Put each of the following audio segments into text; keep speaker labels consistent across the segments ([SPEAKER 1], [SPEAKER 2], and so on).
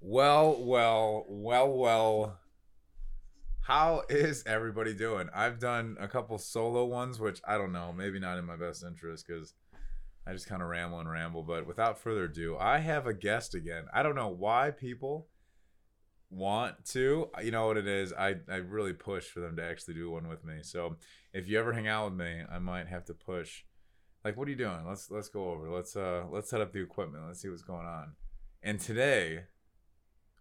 [SPEAKER 1] Well, well, well, well. How is everybody doing? I've done a couple solo ones, which I don't know, maybe not in my best interest because I just kind of ramble and ramble. But without further ado, I have a guest again. I don't know why people want to. You know what it is? I, I really push for them to actually do one with me. So if you ever hang out with me, I might have to push. Like, what are you doing? Let's let's go over. Let's uh let's set up the equipment. Let's see what's going on. And today,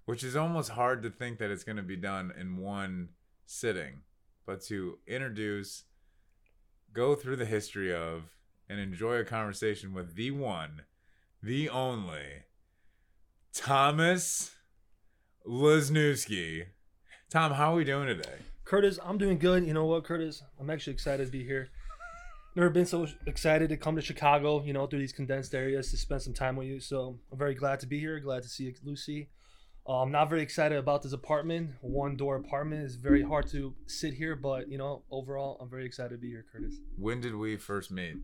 [SPEAKER 1] which is almost hard to think that it's going to be done in one sitting, but to introduce, go through the history of, and enjoy a conversation with the one, the only, Thomas Lesniewski. Tom, how are we doing today?
[SPEAKER 2] Curtis, I'm doing good. You know what, Curtis? I'm actually excited to be here. Never been so excited to come to Chicago, you know, through these condensed areas to spend some time with you. So I'm very glad to be here. Glad to see Lucy. Uh, I'm not very excited about this apartment. One door apartment is very hard to sit here, but you know, overall, I'm very excited to be here, Curtis.
[SPEAKER 1] When did we first meet?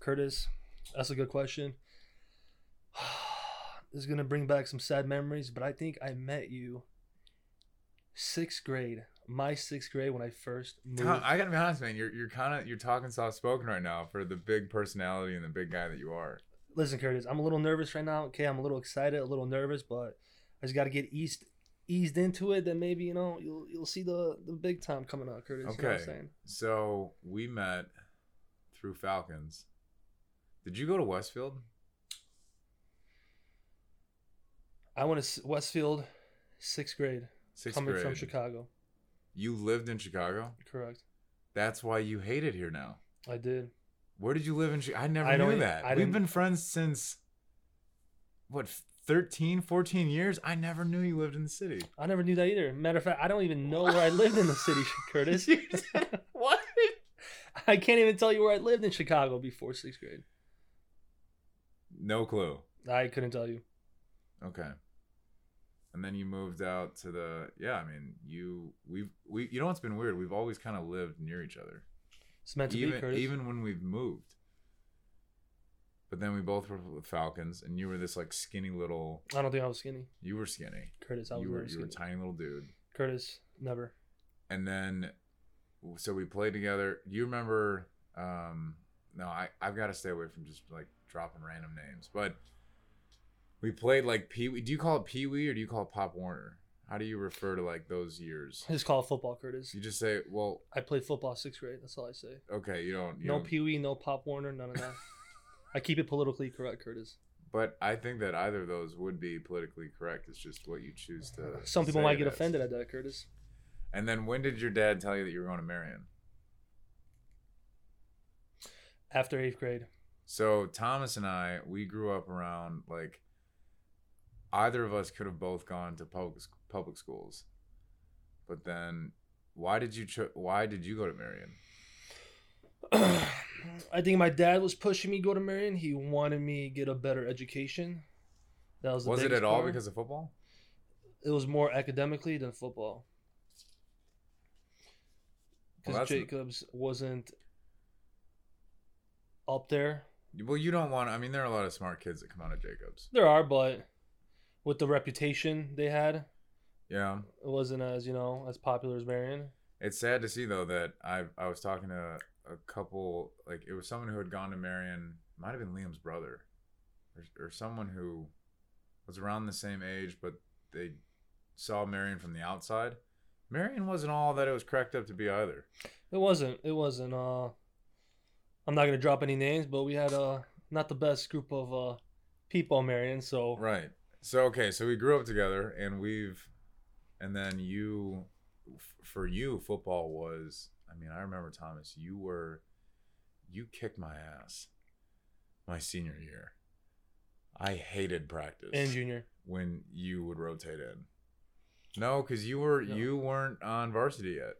[SPEAKER 2] Curtis, that's a good question. this is gonna bring back some sad memories, but I think I met you sixth grade, my sixth grade when I first moved.
[SPEAKER 1] Tom, I gotta be honest, man. You're you're kind of you're talking soft spoken right now for the big personality and the big guy that you are.
[SPEAKER 2] Listen, Curtis, I'm a little nervous right now. Okay, I'm a little excited, a little nervous, but I just gotta get eased eased into it. Then maybe you know you'll you'll see the the big time coming out, Curtis. You know what
[SPEAKER 1] Okay.
[SPEAKER 2] I'm saying?
[SPEAKER 1] So we met through Falcons. Did you go to Westfield?
[SPEAKER 2] I went to S- Westfield, sixth grade,
[SPEAKER 1] Sixth
[SPEAKER 2] coming
[SPEAKER 1] grade.
[SPEAKER 2] from Chicago.
[SPEAKER 1] You lived in Chicago.
[SPEAKER 2] Correct.
[SPEAKER 1] That's why you hate it here now.
[SPEAKER 2] I did.
[SPEAKER 1] Where did you live in Chicago? I never
[SPEAKER 2] I
[SPEAKER 1] knew
[SPEAKER 2] don't- e-
[SPEAKER 1] that.
[SPEAKER 2] I
[SPEAKER 1] We've
[SPEAKER 2] didn't-
[SPEAKER 1] been friends since what 13, 14 years. I never knew you lived in the city.
[SPEAKER 2] I never knew that either. Matter of fact, I don't even know where I lived in the city, Curtis.
[SPEAKER 1] what?
[SPEAKER 2] I can't even tell you where I lived in Chicago before sixth grade.
[SPEAKER 1] No clue.
[SPEAKER 2] I couldn't tell you.
[SPEAKER 1] Okay. And then you moved out to the yeah. I mean, you we've we you know what's been weird? We've always kind of lived near each other.
[SPEAKER 2] It's meant to
[SPEAKER 1] even
[SPEAKER 2] be, Curtis.
[SPEAKER 1] even when we've moved. But then we both were with Falcons, and you were this like skinny little.
[SPEAKER 2] I don't think I was skinny,
[SPEAKER 1] You were skinny.
[SPEAKER 2] Curtis. I was
[SPEAKER 1] you were
[SPEAKER 2] never
[SPEAKER 1] you were
[SPEAKER 2] skinny.
[SPEAKER 1] a tiny little dude.
[SPEAKER 2] Curtis, never.
[SPEAKER 1] And then, so we played together. You remember? Um, no, I I've got to stay away from just like dropping random names. But we played like Pee Wee. Do you call it Pee Wee or do you call it Pop Warner? How do you refer to like those years?
[SPEAKER 2] I just call it football, Curtis.
[SPEAKER 1] You just say, well,
[SPEAKER 2] I played football sixth grade. That's all I say.
[SPEAKER 1] okay, you don't. You
[SPEAKER 2] No
[SPEAKER 1] don't-
[SPEAKER 2] Pee Wee, no Pop Warner, none of that. I keep it politically correct, Curtis.
[SPEAKER 1] But I think that either of those would be politically correct. It's just what you choose to.
[SPEAKER 2] Some people
[SPEAKER 1] say
[SPEAKER 2] might
[SPEAKER 1] it
[SPEAKER 2] get
[SPEAKER 1] as.
[SPEAKER 2] offended at that, Curtis.
[SPEAKER 1] And then when did your dad tell you that you were going to marry him?
[SPEAKER 2] After eighth grade,
[SPEAKER 1] So Thomas and I, we grew up around like either of us could have both gone to public public schools, but then why did you cho- why did you go to Marion?
[SPEAKER 2] I think my dad was pushing me to go to Marion. He wanted me to get a better education. That was the
[SPEAKER 1] Was it
[SPEAKER 2] biggest
[SPEAKER 1] at all
[SPEAKER 2] part.
[SPEAKER 1] because of football?
[SPEAKER 2] it was more academically than football. Because
[SPEAKER 1] Well, that's
[SPEAKER 2] Jacobs wasn't up there.
[SPEAKER 1] well, you don't want. I mean, there are a lot of smart kids that come out of Jacobs.
[SPEAKER 2] There are, but with the reputation they had, it
[SPEAKER 1] Yeah.
[SPEAKER 2] wasn't as you know as popular as Marion.
[SPEAKER 1] It's sad to see though that I I was talking to a couple like it was someone who had gone to Marion might have been Liam's brother or, or someone who was around the same age but they saw Marion from the outside. Marion wasn't all that it was cracked up to be either.
[SPEAKER 2] It wasn't. It wasn't. Uh, I'm not gonna drop any names, but we had uh not the best group of uh people in Marion. So
[SPEAKER 1] Right. So okay, so we grew up together and we've and then you f- for you football was I mean, I remember Thomas, you were you kicked my ass my senior year. I hated practice
[SPEAKER 2] and junior,
[SPEAKER 1] when you would rotate in. No, cuz you were
[SPEAKER 2] No.
[SPEAKER 1] you weren't on varsity yet.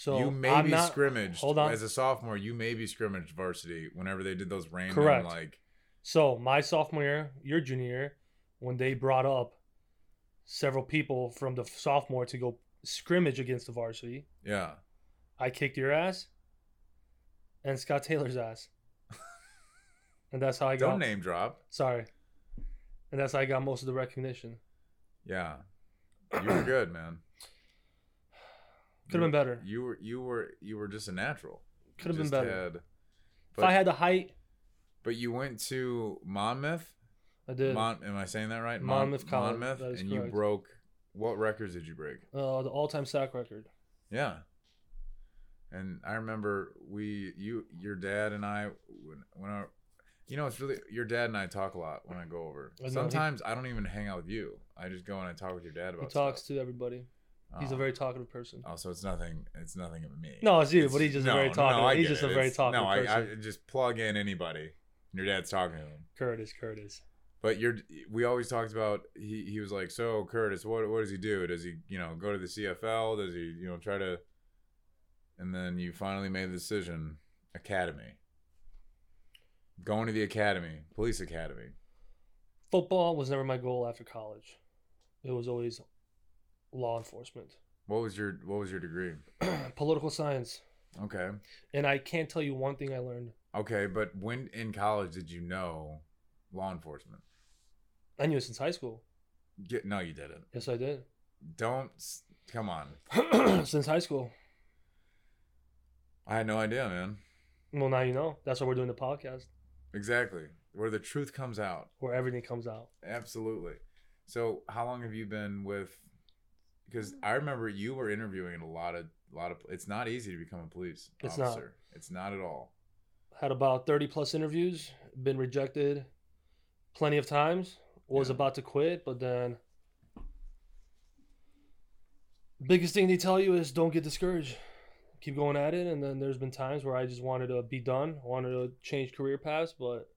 [SPEAKER 2] so
[SPEAKER 1] you
[SPEAKER 2] I'm
[SPEAKER 1] maybe
[SPEAKER 2] not.
[SPEAKER 1] scrimmaged
[SPEAKER 2] hold on.
[SPEAKER 1] as a sophomore, you maybe scrimmaged varsity whenever they did those random
[SPEAKER 2] Correct.
[SPEAKER 1] like
[SPEAKER 2] So my sophomore year, your junior year, when they brought up several people from the sophomore to go scrimmage against the varsity,
[SPEAKER 1] yeah.
[SPEAKER 2] I kicked your ass and Scott Taylor's ass, and that's how I got. uh,
[SPEAKER 1] Don't name drop.
[SPEAKER 2] Sorry, and that's how I got most of the recognition.
[SPEAKER 1] Yeah, you were good, man.
[SPEAKER 2] Could have been better.
[SPEAKER 1] You were you were you were just a natural.
[SPEAKER 2] Could have been
[SPEAKER 1] Just
[SPEAKER 2] better.
[SPEAKER 1] had-
[SPEAKER 2] if I had the height,
[SPEAKER 1] But you went to Monmouth.
[SPEAKER 2] I did.
[SPEAKER 1] Mon, am I saying that right?
[SPEAKER 2] Monmouth College,
[SPEAKER 1] Monmouth,
[SPEAKER 2] that is
[SPEAKER 1] and you
[SPEAKER 2] correct.
[SPEAKER 1] broke. What records did you break?
[SPEAKER 2] uh, the all-time sack record.
[SPEAKER 1] Yeah. And I remember we, you, your dad and I, when, when I, you know, it's really your dad and I talk a lot when I go over.
[SPEAKER 2] I know, he-
[SPEAKER 1] Sometimes I don't even hang out with you. I just go and I talk with your dad about.
[SPEAKER 2] He talks to everybody.
[SPEAKER 1] stuff.
[SPEAKER 2] He's
[SPEAKER 1] Uh,
[SPEAKER 2] a very talkative person.
[SPEAKER 1] Oh, so it's nothing. It's nothing of me.
[SPEAKER 2] No, it's you,
[SPEAKER 1] It's-
[SPEAKER 2] but he's just
[SPEAKER 1] no,
[SPEAKER 2] a very
[SPEAKER 1] no,
[SPEAKER 2] talkative.
[SPEAKER 1] I
[SPEAKER 2] he's
[SPEAKER 1] get
[SPEAKER 2] just
[SPEAKER 1] it.
[SPEAKER 2] a very
[SPEAKER 1] It's-
[SPEAKER 2] talkative
[SPEAKER 1] No,
[SPEAKER 2] person.
[SPEAKER 1] I, I just plug in anybody. and Your dad's talking to him.
[SPEAKER 2] Curtis, Curtis.
[SPEAKER 1] But you're, we always talked about. He, he was like, so Curtis, what what does he do? Does he you know go to the CFL? Does he you know try to? And then you finally made the decision, academy. Going to the academy, police academy.
[SPEAKER 2] Football was never my goal after college. It was always law enforcement,
[SPEAKER 1] What was your what was your degree?
[SPEAKER 2] political science,
[SPEAKER 1] Okay,
[SPEAKER 2] and I can't tell you one thing I learned.
[SPEAKER 1] okay, but when in college did you know law enforcement?
[SPEAKER 2] I knew it since high school.
[SPEAKER 1] Get, no, you didn't.
[SPEAKER 2] Yes, I did.
[SPEAKER 1] Don't s- come on.
[SPEAKER 2] since high school.
[SPEAKER 1] I had no idea, man.
[SPEAKER 2] Well, now you know. That's why we're doing the podcast,
[SPEAKER 1] Exactly. Where the truth comes out.
[SPEAKER 2] where everything comes out.
[SPEAKER 1] Absolutely. So, how long have you been with? Because I remember you were interviewing a lot of, lot of. It's not easy to become a police
[SPEAKER 2] It's not.
[SPEAKER 1] officer. It's not at all.
[SPEAKER 2] Had about 30 plus interviews, been rejected plenty of times, was
[SPEAKER 1] Yeah.
[SPEAKER 2] about to quit, but then biggest thing they tell you is don't get discouraged. Keep going at it and then there's been times where I just wanted to be done, wanted to change career paths, but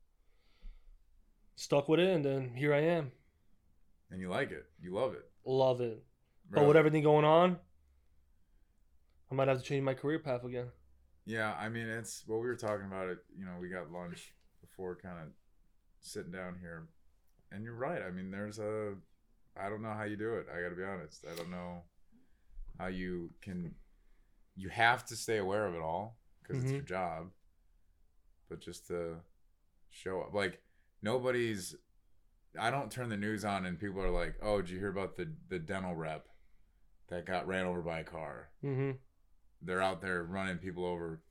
[SPEAKER 2] stuck with it and then here I am.
[SPEAKER 1] And you like it. You love it.
[SPEAKER 2] Love it.
[SPEAKER 1] Bro,
[SPEAKER 2] But with everything going on, I might have to change my career path again.
[SPEAKER 1] Yeah, I mean, it's what we were talking about. It. You know, we got lunch before, kind of sitting down here, and you're right. I mean, there's a. I don't know how you do it. I got to be honest. I don't know how you can. You have to stay aware of it all because it's
[SPEAKER 2] Mhm.
[SPEAKER 1] your job. But just to show up, like nobody's. I don't turn the news on and people are like, "Oh, did you hear about the the dental rep that got ran over by a car?"
[SPEAKER 2] Mm-hmm.
[SPEAKER 1] they're out there running people over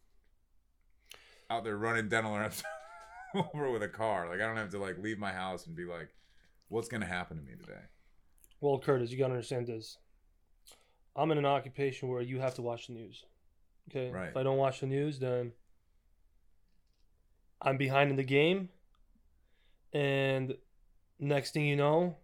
[SPEAKER 1] out there running dental reps over with a car like i don't have to like leave my house and be like what's gonna happen to me today
[SPEAKER 2] Well, Curtis, you gotta understand this. I'm in an occupation where you have to watch the news. Okay.
[SPEAKER 1] Right.
[SPEAKER 2] If I don't watch the news, then I'm behind in the game, and next thing you know,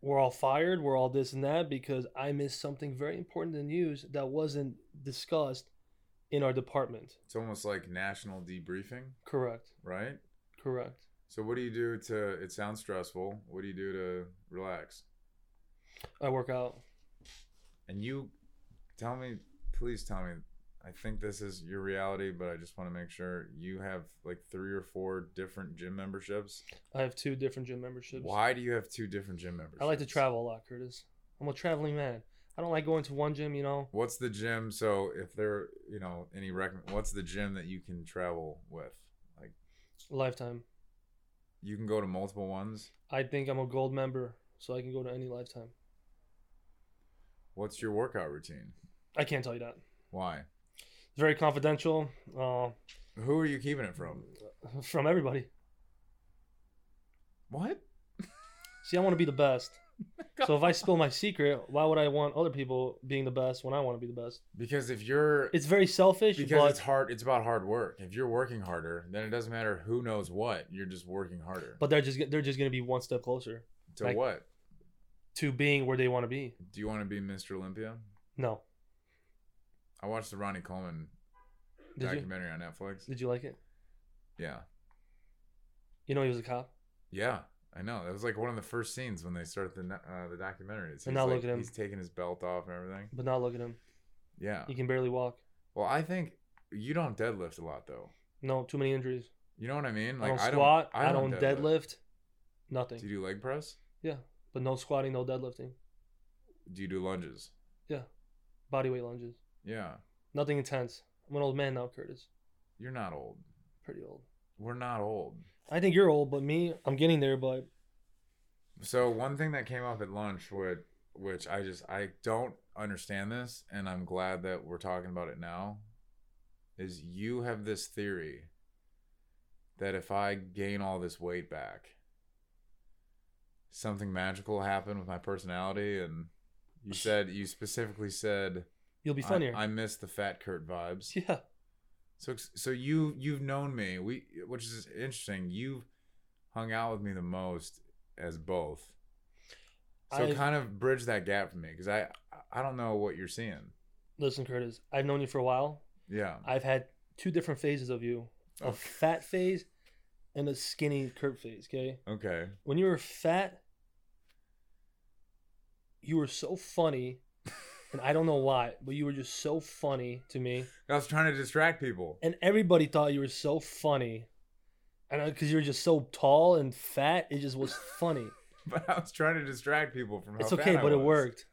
[SPEAKER 2] we're all fired. We're all this and that because I missed something very important in the news that wasn't discussed in our department.
[SPEAKER 1] it's almost like national debriefing
[SPEAKER 2] Correct.
[SPEAKER 1] right
[SPEAKER 2] Correct.
[SPEAKER 1] so what do you do to it sounds stressful what do you do to relax
[SPEAKER 2] I work out.
[SPEAKER 1] and you tell me please tell me i think this is your reality but i just want to make sure you have like three or four different gym memberships
[SPEAKER 2] I have two different gym memberships.
[SPEAKER 1] why do you have two different gym memberships
[SPEAKER 2] I like to travel a lot, Curtis. I'm a traveling man. I don't like going to one gym, you know.
[SPEAKER 1] What's the gym? So if there, you know, any recommend, what's the gym that you can travel with?
[SPEAKER 2] Lifetime.
[SPEAKER 1] You can go to multiple ones.
[SPEAKER 2] I think I'm a gold member, so I can go to any lifetime.
[SPEAKER 1] What's your workout routine?
[SPEAKER 2] I can't tell you that.
[SPEAKER 1] Why?
[SPEAKER 2] It's very confidential uh,
[SPEAKER 1] Who are you keeping it from?
[SPEAKER 2] from everybody.
[SPEAKER 1] What?
[SPEAKER 2] See, I want to be the best. So if I spill my secret, why would I want other people being the best when I want to be the best?
[SPEAKER 1] Because if you're,
[SPEAKER 2] It's very selfish,
[SPEAKER 1] because
[SPEAKER 2] but
[SPEAKER 1] it's hard. It's about hard work. If you're working harder, then it doesn't matter who knows what. You're just working harder.
[SPEAKER 2] but they're just they're just gonna be one step closer
[SPEAKER 1] to
[SPEAKER 2] like-
[SPEAKER 1] what?
[SPEAKER 2] to being where they want to be.
[SPEAKER 1] Do you want to be Mr. Olympia?
[SPEAKER 2] No,
[SPEAKER 1] I watched the Ronnie Coleman
[SPEAKER 2] did you
[SPEAKER 1] documentary on Netflix.
[SPEAKER 2] did you like it?
[SPEAKER 1] Yeah,
[SPEAKER 2] You know he was a cop.
[SPEAKER 1] yeah. I know. That was like one of the first scenes when they start the net- uh, the documentary. It's he's
[SPEAKER 2] And now
[SPEAKER 1] like,
[SPEAKER 2] look at him.
[SPEAKER 1] He's taking his belt off and everything.
[SPEAKER 2] But now look at him.
[SPEAKER 1] Yeah.
[SPEAKER 2] He can barely walk.
[SPEAKER 1] Well, I think you don't deadlift a lot though.
[SPEAKER 2] No, too many injuries.
[SPEAKER 1] You know what I mean?
[SPEAKER 2] I don't squat. I don't, deadlift. Nothing.
[SPEAKER 1] Do you do leg press?
[SPEAKER 2] but no squatting, no deadlifting.
[SPEAKER 1] Do you do lunges?
[SPEAKER 2] Body weight lunges.
[SPEAKER 1] Yeah.
[SPEAKER 2] Nothing intense. I'm an old man now, Curtis.
[SPEAKER 1] You're not old.
[SPEAKER 2] Pretty old.
[SPEAKER 1] we're not old.
[SPEAKER 2] I think you're old, but me, I'm getting there. But
[SPEAKER 1] So one thing that came up at lunch with which I just I don't understand this and I'm glad that we're talking about it now is you have this theory that if I gain all this weight back something magical will happen with my personality and you said you specifically said
[SPEAKER 2] you'll be
[SPEAKER 1] I-
[SPEAKER 2] funnier.
[SPEAKER 1] I, miss the fat Kurt vibes.
[SPEAKER 2] yeah.
[SPEAKER 1] So so you you've known me, we which is interesting. You've hung out with me the most as both. So
[SPEAKER 2] I've-
[SPEAKER 1] kind of bridge that gap for me because I I don't know what you're seeing.
[SPEAKER 2] Listen, Curtis, I've known you for a while.
[SPEAKER 1] Yeah.
[SPEAKER 2] I've had two different phases of you a
[SPEAKER 1] Okay.
[SPEAKER 2] fat phase and a skinny Kurt phase, okay?
[SPEAKER 1] Okay.
[SPEAKER 2] When you were fat, you were so funny. And I don't know why, but you were just so funny to me.
[SPEAKER 1] I was trying to distract people.
[SPEAKER 2] And everybody thought you were so funny. And because you were just so tall and fat, it just was funny.
[SPEAKER 1] But I was trying to distract people from how
[SPEAKER 2] it's
[SPEAKER 1] fat
[SPEAKER 2] okay,
[SPEAKER 1] I
[SPEAKER 2] but it
[SPEAKER 1] was.
[SPEAKER 2] worked.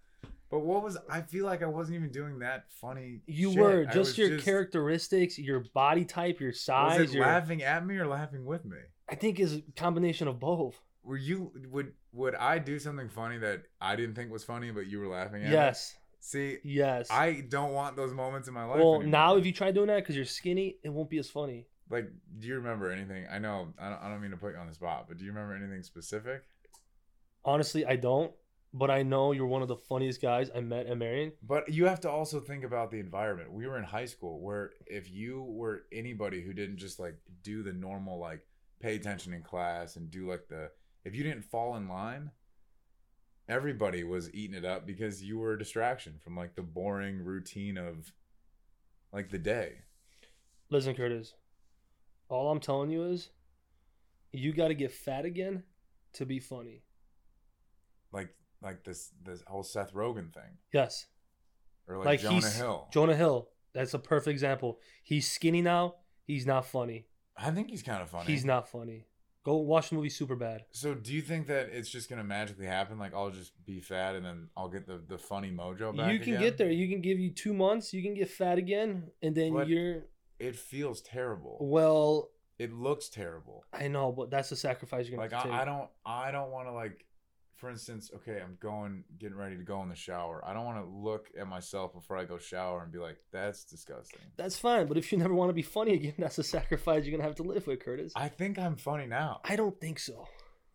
[SPEAKER 1] But what was I feel like I wasn't even doing that funny.
[SPEAKER 2] You
[SPEAKER 1] shit.
[SPEAKER 2] were
[SPEAKER 1] I
[SPEAKER 2] just
[SPEAKER 1] was
[SPEAKER 2] your characteristics, your body type, your size.
[SPEAKER 1] Was it
[SPEAKER 2] your,
[SPEAKER 1] laughing at me or laughing with me?
[SPEAKER 2] I think is a combination of both.
[SPEAKER 1] Were you would would I do something funny that I didn't think was funny but you were laughing at? It?
[SPEAKER 2] Yes,
[SPEAKER 1] See,
[SPEAKER 2] yes.
[SPEAKER 1] I don't want those moments in my life.
[SPEAKER 2] well,
[SPEAKER 1] anymore.
[SPEAKER 2] now if you try doing that because you're skinny, it won't be as funny.
[SPEAKER 1] like, do you remember anything? I know I don't, I don't mean to put you on the spot, but do you remember anything specific?
[SPEAKER 2] Honestly, I don't. But I know you're one of the funniest guys I met at Marion.
[SPEAKER 1] But you have to also think about the environment. We were in high school where if you were anybody who didn't just like do the normal, like pay attention in class and do like the, if you didn't fall in line, everybody was eating it up because you were a distraction from like the boring routine of like the day.
[SPEAKER 2] Listen, Curtis. All I'm telling you is, you got to get fat again to be funny.
[SPEAKER 1] Like, like this, this whole Seth Rogen thing
[SPEAKER 2] Yes,
[SPEAKER 1] or like,
[SPEAKER 2] like,
[SPEAKER 1] Jonah
[SPEAKER 2] he's
[SPEAKER 1] Hill.
[SPEAKER 2] Jonah Hill. That's a perfect example. He's skinny now. He's not funny.
[SPEAKER 1] I think he's kind of funny.
[SPEAKER 2] He's not funny. Go watch the movie Super Bad.
[SPEAKER 1] So do you think that it's just gonna magically happen? Like I'll just be fat and then I'll get the, the funny mojo back.
[SPEAKER 2] You can
[SPEAKER 1] again?
[SPEAKER 2] get there. You can give you two months. You can get fat again, and then
[SPEAKER 1] But-
[SPEAKER 2] you're
[SPEAKER 1] It feels terrible.
[SPEAKER 2] well.
[SPEAKER 1] It looks terrible.
[SPEAKER 2] I know, but that's the sacrifice you're gonna
[SPEAKER 1] Like
[SPEAKER 2] have to
[SPEAKER 1] I, I
[SPEAKER 2] take.
[SPEAKER 1] don't I don't want to like, for instance, okay, I'm going getting ready to go in the shower. I don't want to look at myself before I go shower and be like, that's disgusting.
[SPEAKER 2] That's fine, but if you never want to be funny again, that's a sacrifice you're gonna have to live with, Curtis. I,
[SPEAKER 1] I think I'm funny now.
[SPEAKER 2] don't think so.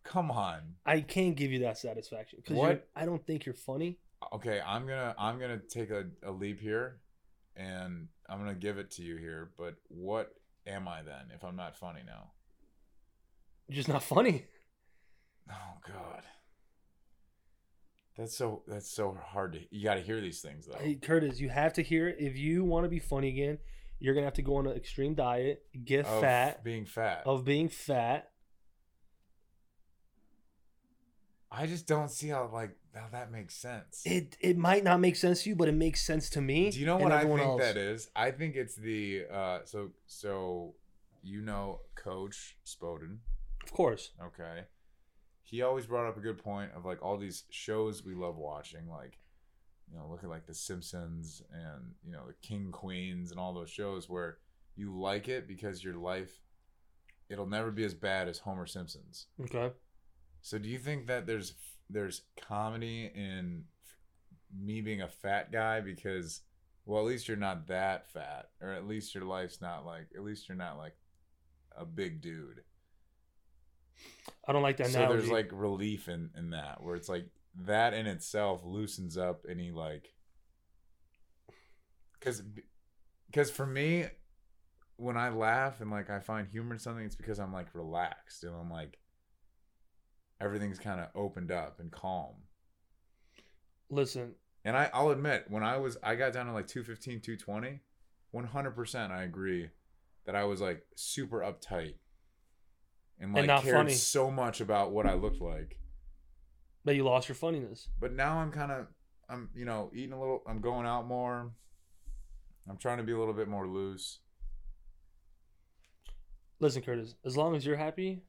[SPEAKER 1] Come on.
[SPEAKER 2] I can't give you that satisfaction because
[SPEAKER 1] What?
[SPEAKER 2] I don't think you're funny.
[SPEAKER 1] Okay, I'm gonna I'm gonna take a, a leap here, and I'm gonna give it to you here. But what am I then if I'm not funny now?
[SPEAKER 2] You're just not funny.
[SPEAKER 1] Oh God, that's so that's so hard to. You got to hear these things though.
[SPEAKER 2] Hey, Curtis, you have to hear it. If you want to be funny again, you're gonna have to go on an extreme diet, get
[SPEAKER 1] Of
[SPEAKER 2] fat,
[SPEAKER 1] being fat.
[SPEAKER 2] of being fat.
[SPEAKER 1] I just don't see how like how that makes sense.
[SPEAKER 2] It it might not make sense to you, but it makes sense to me.
[SPEAKER 1] Do you know
[SPEAKER 2] and
[SPEAKER 1] what I
[SPEAKER 2] everyone
[SPEAKER 1] think
[SPEAKER 2] else.
[SPEAKER 1] that is? I think it's the uh, so so you know Coach Spoden.
[SPEAKER 2] Of course.
[SPEAKER 1] Okay. He always brought up a good point of like all these shows we love watching, like you know, look at like The Simpsons and you know the King Queens and all those shows where you like it because your life it'll never be as bad as Homer Simpson's.
[SPEAKER 2] Okay.
[SPEAKER 1] So do you think that there's there's comedy in me being a fat guy because well at least you're not that fat or at least your life's not like at least you're not like a big dude
[SPEAKER 2] I don't like that
[SPEAKER 1] so
[SPEAKER 2] analogy.
[SPEAKER 1] there's like relief in in that where it's like that in itself loosens up any like because because for me when i laugh and like i find humor in something it's because i'm like relaxed and i'm like everything's kind of opened up and calm
[SPEAKER 2] listen,
[SPEAKER 1] and I, i'll admit when i was i got down to like 215 220 100% i agree that i was like super uptight and like
[SPEAKER 2] not
[SPEAKER 1] cared
[SPEAKER 2] funny.
[SPEAKER 1] so much about what i looked like
[SPEAKER 2] that you lost your funniness.
[SPEAKER 1] but now I'm kind of I'm you know eating a little I'm going out more I'm trying to be a little bit more loose
[SPEAKER 2] Listen, Curtis, as long as you're happy,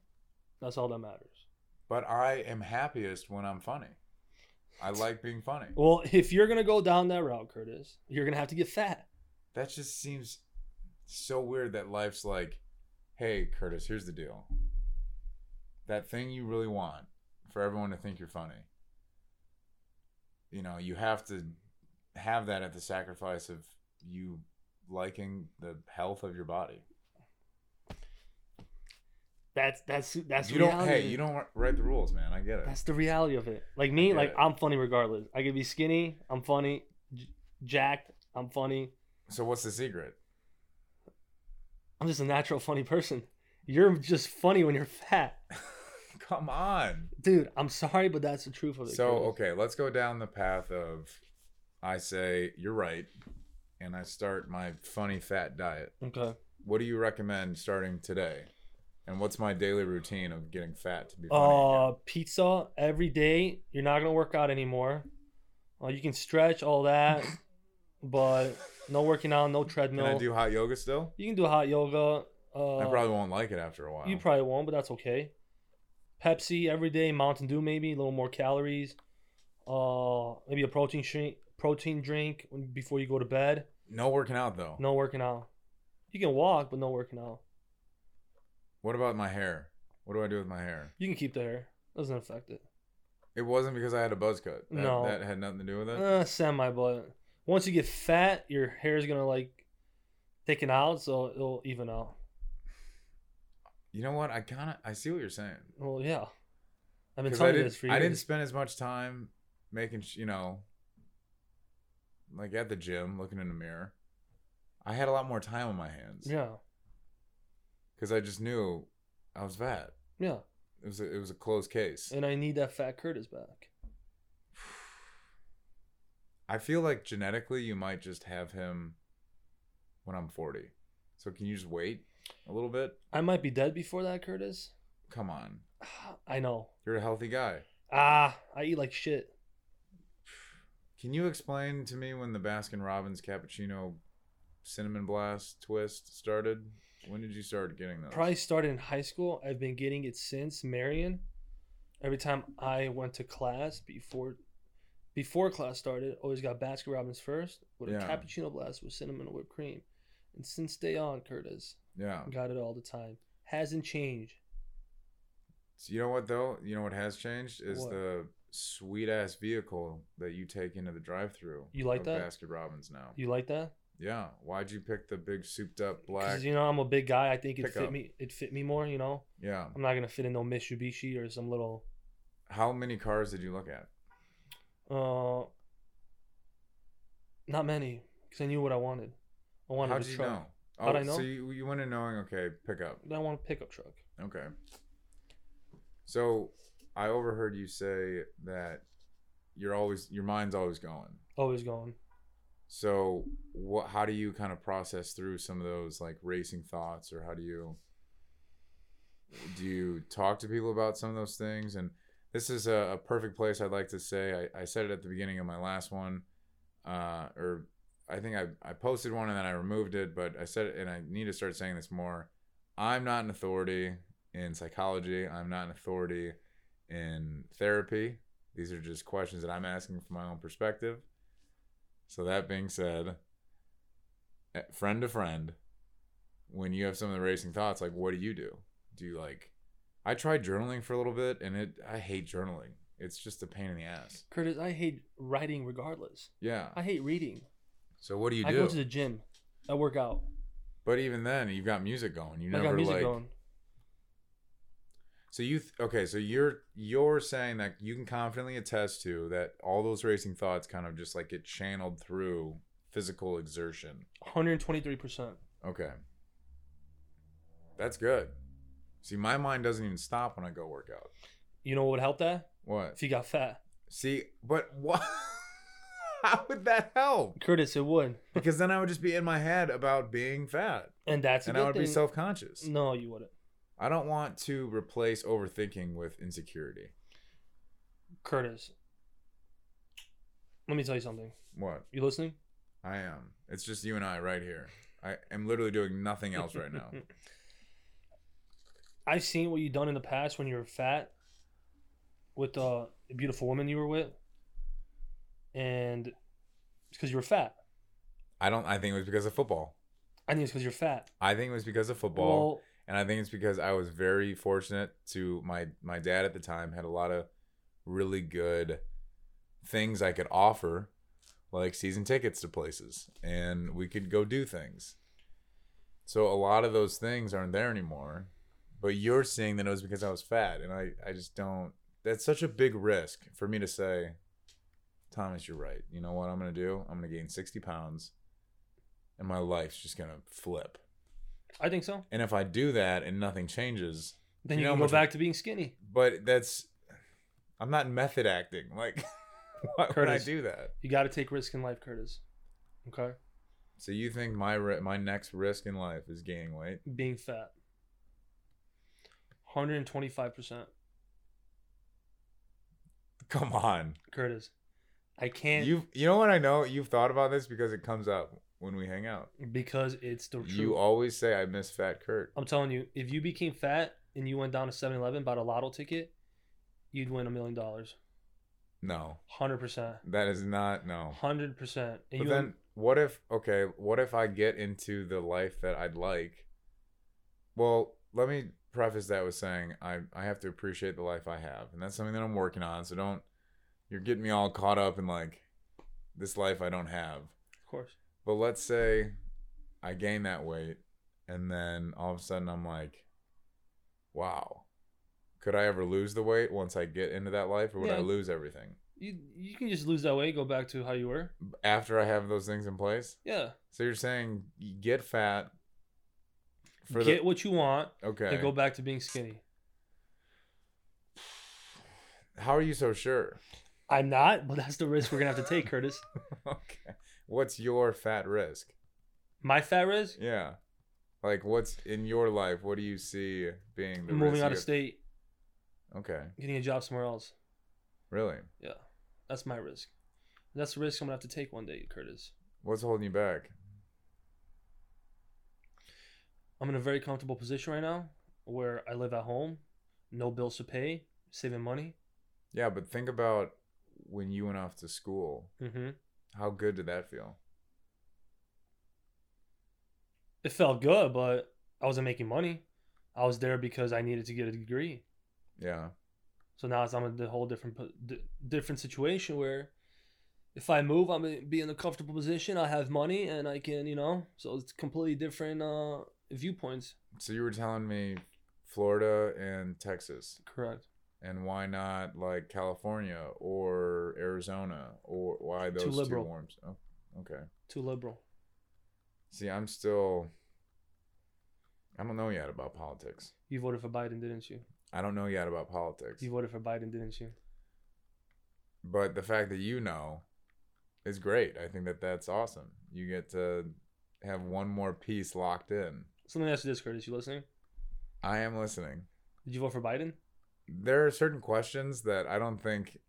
[SPEAKER 2] that's all that matters.
[SPEAKER 1] but I am happiest when I'm funny I like being funny
[SPEAKER 2] Well, if you're gonna go down that route, Curtis, you're gonna have to get fat.
[SPEAKER 1] that just seems so weird that life's like hey, Curtis, here's the deal. That thing you really want for everyone to think you're funny, you know, you have to have that at the sacrifice of you liking the health of your body.
[SPEAKER 2] That's that's that's
[SPEAKER 1] you don't,
[SPEAKER 2] reality.
[SPEAKER 1] hey, you don't write the rules, man. I get it.
[SPEAKER 2] That's the reality of it. Like me,
[SPEAKER 1] get
[SPEAKER 2] like
[SPEAKER 1] it.
[SPEAKER 2] I'm funny regardless. I could be skinny, I'm funny. J- jacked, I'm funny.
[SPEAKER 1] so, what's the secret?
[SPEAKER 2] I'm just a natural funny person. You're just funny when you're fat,
[SPEAKER 1] Come on.
[SPEAKER 2] dude. I'm sorry, but that's the truth of it.
[SPEAKER 1] So,
[SPEAKER 2] Curtis.
[SPEAKER 1] okay, let's go down the path of I say, you're right, and I start my funny fat diet.
[SPEAKER 2] okay.
[SPEAKER 1] What do you recommend starting today? And what's my daily routine of getting fat to be funny?
[SPEAKER 2] Uh,
[SPEAKER 1] again?
[SPEAKER 2] pizza every day. You're not gonna work out anymore. Uh, you can stretch all that, but no working out, no
[SPEAKER 1] Can
[SPEAKER 2] treadmill.
[SPEAKER 1] I do hot yoga still?
[SPEAKER 2] you can do hot yoga. Uh,
[SPEAKER 1] I probably won't like it after a while.
[SPEAKER 2] You probably won't, but that's okay. Pepsi every day, Mountain Dew maybe a little more calories. Uh, maybe a protein drink, protein drink when- before you go to bed.
[SPEAKER 1] no working out though.
[SPEAKER 2] No working out. You can walk, but no working out.
[SPEAKER 1] What about my hair? What do I do with my hair?
[SPEAKER 2] You can keep the hair. Doesn't affect it.
[SPEAKER 1] It wasn't because I had a buzz cut. That,
[SPEAKER 2] No.
[SPEAKER 1] that had nothing to do with it.
[SPEAKER 2] Uh, semi, but once you get fat, your hair is gonna like thicken out, so it'll even out.
[SPEAKER 1] you know what? I kind of I see what you're saying.
[SPEAKER 2] Well, yeah. I've been
[SPEAKER 1] 'Cause
[SPEAKER 2] telling
[SPEAKER 1] I
[SPEAKER 2] you
[SPEAKER 1] didn't,
[SPEAKER 2] this for years.
[SPEAKER 1] I didn't spend as much time making, sh- you know, like at the gym, looking in the mirror. I had a lot more time on my hands
[SPEAKER 2] Yeah,
[SPEAKER 1] because I just knew I was fat.
[SPEAKER 2] yeah.
[SPEAKER 1] It was a, it was a closed case.
[SPEAKER 2] And I need that fat Curtis back.
[SPEAKER 1] I feel like genetically you might just have him when I'm 40. So can you just wait a little bit?
[SPEAKER 2] I might be dead before that Curtis.
[SPEAKER 1] Come on,
[SPEAKER 2] I know.
[SPEAKER 1] you're a healthy guy.
[SPEAKER 2] Ah, I eat like shit.
[SPEAKER 1] Can you explain to me when the Baskin Robbins cappuccino cinnamon blast twist started? When did you start getting those?
[SPEAKER 2] Probably started in high school. I've been getting it since Marion. Every time I went to class before before class started, always got Baskin Robbins first with
[SPEAKER 1] Yeah.
[SPEAKER 2] a cappuccino blast with cinnamon and whipped cream. And since day on, Curtis
[SPEAKER 1] Yeah.
[SPEAKER 2] got it all the time. Hasn't changed.
[SPEAKER 1] So you know what though? You know what has changed is
[SPEAKER 2] What?
[SPEAKER 1] the sweet ass vehicle that you take into the drive-through.
[SPEAKER 2] You like
[SPEAKER 1] of
[SPEAKER 2] that?
[SPEAKER 1] Baskin Robbins now.
[SPEAKER 2] You like that?
[SPEAKER 1] yeah. Why'd you pick the big souped up black?
[SPEAKER 2] Because you know I'm a big guy. I think it
[SPEAKER 1] Pick
[SPEAKER 2] fit
[SPEAKER 1] up.
[SPEAKER 2] me. It fit me more. You know,
[SPEAKER 1] yeah.
[SPEAKER 2] I'm not gonna fit in no Mitsubishi or some little.
[SPEAKER 1] How many cars did you look at?
[SPEAKER 2] Uh, not many, because I knew what I wanted. I wanted
[SPEAKER 1] How
[SPEAKER 2] a
[SPEAKER 1] did you
[SPEAKER 2] truck.
[SPEAKER 1] know? Oh,
[SPEAKER 2] How'd I know?
[SPEAKER 1] so you, you went in knowing, okay, pick up.
[SPEAKER 2] I want a pickup truck.
[SPEAKER 1] Okay. So I overheard you say that you're always your mind's always going.
[SPEAKER 2] Always going.
[SPEAKER 1] So what how do you kind of process through some of those like racing thoughts or how do you do you talk to people about some of those things and this is a, a perfect place I'd like to say I, I said it at the beginning of my last one uh, or I think I, I posted one and then I removed it but I said it and I need to start saying this more I'm not an authority in psychology I'm not an authority in therapy these are just questions that I'm asking from my own perspective so that being said, eh, friend to friend, when you have some of the racing thoughts, like what do you do? Do you like? I tried journaling for a little bit, and it I hate journaling. It's just a pain in the ass.
[SPEAKER 2] Curtis, I hate writing regardless.
[SPEAKER 1] Yeah.
[SPEAKER 2] I hate reading.
[SPEAKER 1] So what do you
[SPEAKER 2] I
[SPEAKER 1] do?
[SPEAKER 2] go to the gym. I work out.
[SPEAKER 1] but even then, you've got music going. You
[SPEAKER 2] I
[SPEAKER 1] never
[SPEAKER 2] got music
[SPEAKER 1] like.
[SPEAKER 2] going.
[SPEAKER 1] So you th- okay? So you're you're saying that you can confidently attest to that all those racing thoughts kind of just like get channeled through physical exertion.
[SPEAKER 2] 123%.
[SPEAKER 1] Okay. That's good. See, my mind doesn't even stop when I go work out.
[SPEAKER 2] You know what would help that?
[SPEAKER 1] What?
[SPEAKER 2] If you got fat.
[SPEAKER 1] See, but what? How would that help?
[SPEAKER 2] Curtis, it would.
[SPEAKER 1] Because then I would just be in my head about being fat
[SPEAKER 2] And that's a
[SPEAKER 1] and
[SPEAKER 2] good
[SPEAKER 1] I would be
[SPEAKER 2] thing. Mm.
[SPEAKER 1] self conscious.
[SPEAKER 2] No, you wouldn't.
[SPEAKER 1] I don't want to replace overthinking with insecurity.
[SPEAKER 2] Curtis. Let me tell you something.
[SPEAKER 1] What?
[SPEAKER 2] You listening?
[SPEAKER 1] I am. It's just you and I right here. I am literally doing nothing else right now.
[SPEAKER 2] I've seen what you've done in the past when you were fat with uh, the beautiful woman you were with. And it's because you were fat.
[SPEAKER 1] I don't I think it was because of football.
[SPEAKER 2] I think it's because you're fat.
[SPEAKER 1] I think it was because of football. and I think it's because I was very fortunate to my my dad at the time had a lot of really good things I could offer, like season tickets to places, and we could go do things. So a lot of those things aren't there anymore. But you're saying that it was because I was fat, and I I just don't. That's such a big risk for me to say. Thomas, you're right. You know what I'm gonna do? I'm gonna gain 60 pounds, and my life's just gonna flip.
[SPEAKER 2] I think so.
[SPEAKER 1] And if I do that and nothing changes,
[SPEAKER 2] Then
[SPEAKER 1] You
[SPEAKER 2] you,
[SPEAKER 1] know
[SPEAKER 2] can
[SPEAKER 1] how
[SPEAKER 2] go
[SPEAKER 1] much-
[SPEAKER 2] back to being skinny.
[SPEAKER 1] but that's I'm not method acting. Like why would I
[SPEAKER 2] Curtis.
[SPEAKER 1] do that?
[SPEAKER 2] You got to take risk in life, Curtis. Okay,
[SPEAKER 1] So you think my ri- my next risk in life is gaining weight?
[SPEAKER 2] being fat. Hundred and twenty-five percent,
[SPEAKER 1] Come on.
[SPEAKER 2] Curtis. I can't
[SPEAKER 1] You you know what I know? You've thought about this because it comes up when we hang out.
[SPEAKER 2] because it's the truth.
[SPEAKER 1] You always say I miss Fat Kurt.
[SPEAKER 2] I'm telling you, if you became fat and you went down to 7-Eleven, bought a lotto ticket, you'd win a million dollars.
[SPEAKER 1] No.
[SPEAKER 2] Hundred percent,
[SPEAKER 1] That is not no.
[SPEAKER 2] hundred percent. And
[SPEAKER 1] But
[SPEAKER 2] you,
[SPEAKER 1] then what if okay, what if I get into the life that I'd like? Well, let me preface that with saying I I have to appreciate the life I have. And that's something that I'm working on. So don't you're getting me all caught up in like this life I don't have.
[SPEAKER 2] of course,
[SPEAKER 1] But let's say I gain that weight and then all of a sudden I'm like, wow. Could I ever lose the weight once I get into that life or would I
[SPEAKER 2] Yeah.
[SPEAKER 1] lose everything?
[SPEAKER 2] you you can just lose that weight, go back to how you were.
[SPEAKER 1] After I have those things in place?
[SPEAKER 2] Yeah,
[SPEAKER 1] So you're saying you get fat for
[SPEAKER 2] get what you want
[SPEAKER 1] the okay.
[SPEAKER 2] and go back to being skinny.
[SPEAKER 1] How are you so sure?
[SPEAKER 2] I'm not, but that's the risk we're gonna have to take, Curtis.
[SPEAKER 1] okay. What's your fat risk?
[SPEAKER 2] My fat risk,
[SPEAKER 1] Yeah. Like what's in your life? What do you see being the
[SPEAKER 2] moving
[SPEAKER 1] risk
[SPEAKER 2] out of
[SPEAKER 1] you-
[SPEAKER 2] state,
[SPEAKER 1] Okay.
[SPEAKER 2] getting a job somewhere else.
[SPEAKER 1] Really?
[SPEAKER 2] Yeah, that's my risk. That's the risk I'm gonna have to take one day, Curtis.
[SPEAKER 1] What's holding you back?
[SPEAKER 2] I'm in a very comfortable position right now, where I live at home, no bills to pay, saving money.
[SPEAKER 1] Yeah, but think about when you went off to school.
[SPEAKER 2] Mm-hmm.
[SPEAKER 1] How good did that feel?
[SPEAKER 2] It felt good, but I wasn't making money. I was there because I needed to get a degree.
[SPEAKER 1] Yeah.
[SPEAKER 2] So now it's, I'm in a whole different po- di- different situation where if I move, I'm gonna be in a comfortable position. I have money and I can, you know. So it's completely different uh, viewpoints.
[SPEAKER 1] So you were telling me Florida and Texas.
[SPEAKER 2] Correct.
[SPEAKER 1] and why not like California or Arizona or why those
[SPEAKER 2] liberal.
[SPEAKER 1] two warms? Oh, okay.
[SPEAKER 2] Too liberal.
[SPEAKER 1] See, I'm still. I don't know yet about politics.
[SPEAKER 2] You voted for Biden, didn't you?
[SPEAKER 1] I don't know yet about politics.
[SPEAKER 2] You voted for Biden, didn't you?
[SPEAKER 1] But the fact that you know is great. I think that that's awesome. You get to have one more piece locked in.
[SPEAKER 2] So let me ask you this, Curtis. You listening?
[SPEAKER 1] I am listening.
[SPEAKER 2] Did you vote for Biden?
[SPEAKER 1] There are certain questions that I don't think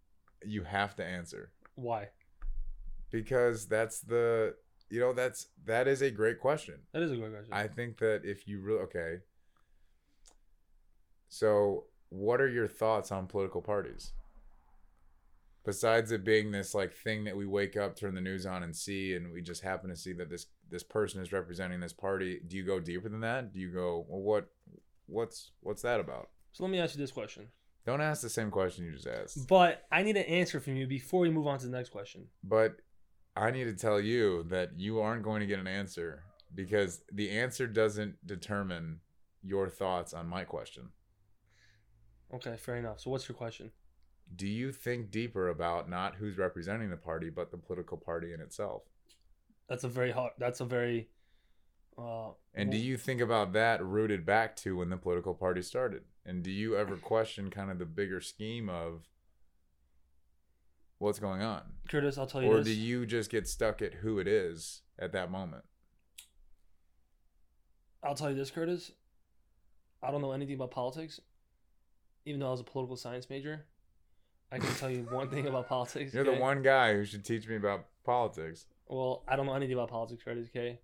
[SPEAKER 1] you have to answer.
[SPEAKER 2] Why?
[SPEAKER 1] because that's the you know that's that is a great question
[SPEAKER 2] That is a good question.
[SPEAKER 1] i think that if you really okay so what are your thoughts on political parties besides it being this like thing that we wake up turn the news on and see and we just happen to see that this this person is representing this party do you go deeper than that do you go well what what's what's that about
[SPEAKER 2] so let me ask you this question.
[SPEAKER 1] don't ask the same question you just asked
[SPEAKER 2] But I need an answer from you before we move on to the next question.
[SPEAKER 1] but I need to tell you that you aren't going to get an answer because the answer doesn't determine your thoughts on my question.
[SPEAKER 2] Okay, fair enough. So what's your question?
[SPEAKER 1] Do you think deeper about not who's representing the party, but the political party in itself?
[SPEAKER 2] That's a very hard. That's a very. Uh,
[SPEAKER 1] And do
[SPEAKER 2] w-
[SPEAKER 1] you think about that rooted back to when the political party started? And do you ever question kind of the bigger scheme of what's going on?
[SPEAKER 2] Curtis? I'll tell you
[SPEAKER 1] Or
[SPEAKER 2] this.
[SPEAKER 1] do you just get stuck at who it is at that moment?
[SPEAKER 2] I'll tell you this, Curtis. I don't know anything about politics, even though I was a political science major. I can tell you one thing about politics.
[SPEAKER 1] You're
[SPEAKER 2] okay?
[SPEAKER 1] the one guy who should teach me about politics.
[SPEAKER 2] Well, I don't know anything about politics, Curtis. Okay,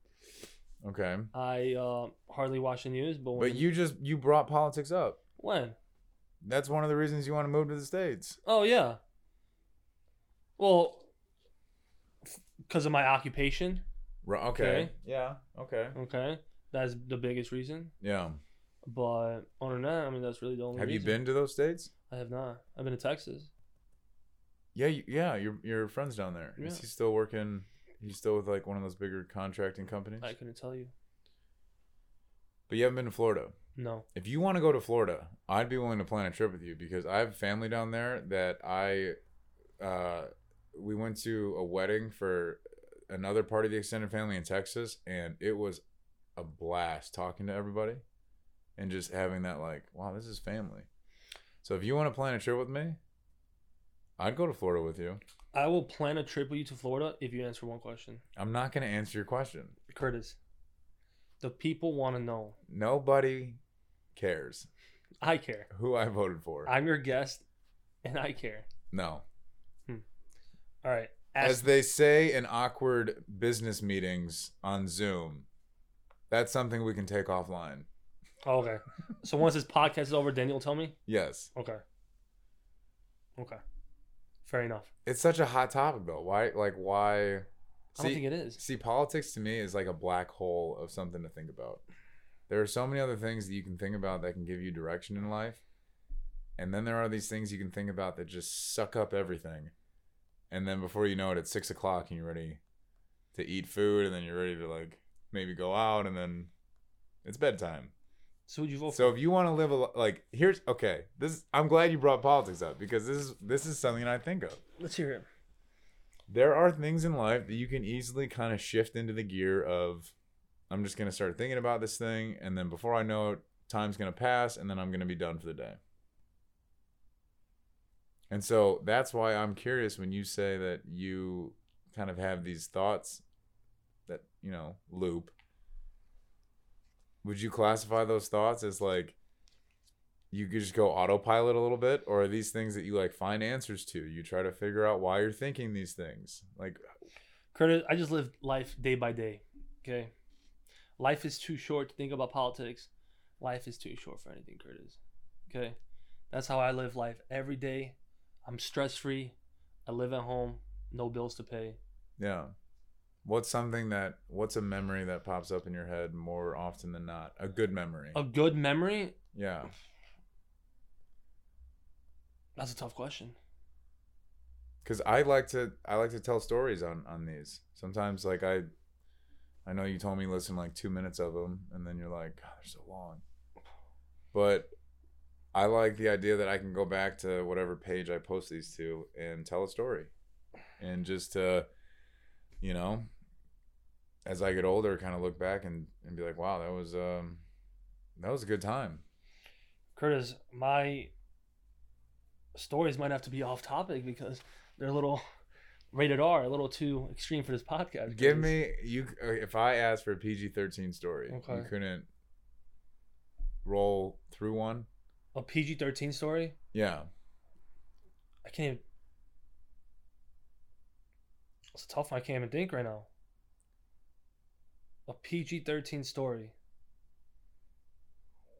[SPEAKER 1] Okay.
[SPEAKER 2] I uh, hardly watch the news, but when
[SPEAKER 1] But you just you brought politics up.
[SPEAKER 2] when
[SPEAKER 1] That's one of the reasons you want to move to the states.
[SPEAKER 2] Oh yeah. Well, because of my occupation.
[SPEAKER 1] Right. Okay.
[SPEAKER 2] Okay.
[SPEAKER 1] Yeah. Okay.
[SPEAKER 2] Okay, that's the biggest reason.
[SPEAKER 1] Yeah.
[SPEAKER 2] But other than that, I mean, that's really the only.
[SPEAKER 1] Have you
[SPEAKER 2] reason.
[SPEAKER 1] been to those states?
[SPEAKER 2] I have not. I've been to Texas.
[SPEAKER 1] Yeah, you, yeah. Your your friend's down there. Is
[SPEAKER 2] Yeah.
[SPEAKER 1] he still working? He's still with like one of those bigger contracting companies.
[SPEAKER 2] I couldn't tell you.
[SPEAKER 1] but you haven't been to Florida.
[SPEAKER 2] No.
[SPEAKER 1] If you want to go to Florida, I'd be willing to plan a trip with you because I have family down there that I, uh, we went to a wedding for another part of the extended family in Texas, and it was a blast talking to everybody, and just having that like, wow, this is family. So if you want to plan a trip with me, I'd go to Florida with you.
[SPEAKER 2] I will plan a trip with you to Florida if you answer one question.
[SPEAKER 1] I'm not gonna answer your question.
[SPEAKER 2] Curtis, the people want to know.
[SPEAKER 1] Nobody cares
[SPEAKER 2] I care.
[SPEAKER 1] who I voted for.
[SPEAKER 2] I'm your guest, and I care.
[SPEAKER 1] no.
[SPEAKER 2] All right.
[SPEAKER 1] As
[SPEAKER 2] Ask,
[SPEAKER 1] they say in awkward business meetings on Zoom, that's something we can take offline.
[SPEAKER 2] oh, okay. So once this podcast is over, Daniel will tell me.
[SPEAKER 1] Yes.
[SPEAKER 2] Okay. Okay. Fair enough.
[SPEAKER 1] It's such a hot topic though. Why like why
[SPEAKER 2] I don't
[SPEAKER 1] see,
[SPEAKER 2] think it is.
[SPEAKER 1] see politics to me is like a black hole of something to think about. There are so many other things that you can think about that can give you direction in life. And then there are these things you can think about that just suck up everything. And then before you know it, it's six o'clock and you're ready to eat food and then you're ready to like maybe go out and then it's bedtime.
[SPEAKER 2] So would you vote?
[SPEAKER 1] So if you want to live a li- like here's okay this I'm glad you brought politics up because this is this is something I think of.
[SPEAKER 2] for? Let's hear it.
[SPEAKER 1] There are things in life that you can easily kind of shift into the gear of I'm just going to start thinking about this thing and then before I know it time's going to pass and then I'm going to be done for the day. And so that's why I'm curious when you say that you kind of have these thoughts that, you know, loop. Would you classify those thoughts as like you could just go autopilot a little bit or are these things that you like find answers to? You try to figure out why you're thinking these things. Like
[SPEAKER 2] Curtis, I just live life day by day. Okay. Life is too short to think about politics. Life is too short for anything, Curtis. Okay. That's how I live life every day. I'm stress free. I live at home. No bills to pay.
[SPEAKER 1] Yeah. What's something that what's a memory that pops up in your head more often than not? A good memory.
[SPEAKER 2] A good memory?
[SPEAKER 1] yeah.
[SPEAKER 2] That's a tough question.
[SPEAKER 1] Cuz I like to I like to tell stories on on these. Sometimes like I I know you told me listen to, like 2 minutes of them and then you're like god they're so long. But I like the idea that I can go back to whatever page I post these to and tell a story. And just uh you know, as I get older kind of look back and and be like wow, that was um that was a good time.
[SPEAKER 2] Curtis, my stories might have to be off topic because they're a little rated R, a little too extreme for this podcast.
[SPEAKER 1] Give
[SPEAKER 2] Curtis.
[SPEAKER 1] me you. uh, If I asked for a PG thirteen story, you
[SPEAKER 2] Okay.
[SPEAKER 1] couldn't roll through one.
[SPEAKER 2] a PG 13 story.
[SPEAKER 1] Yeah,
[SPEAKER 2] I can't even. It's a tough one. I can't even think right now. A PG 13 story.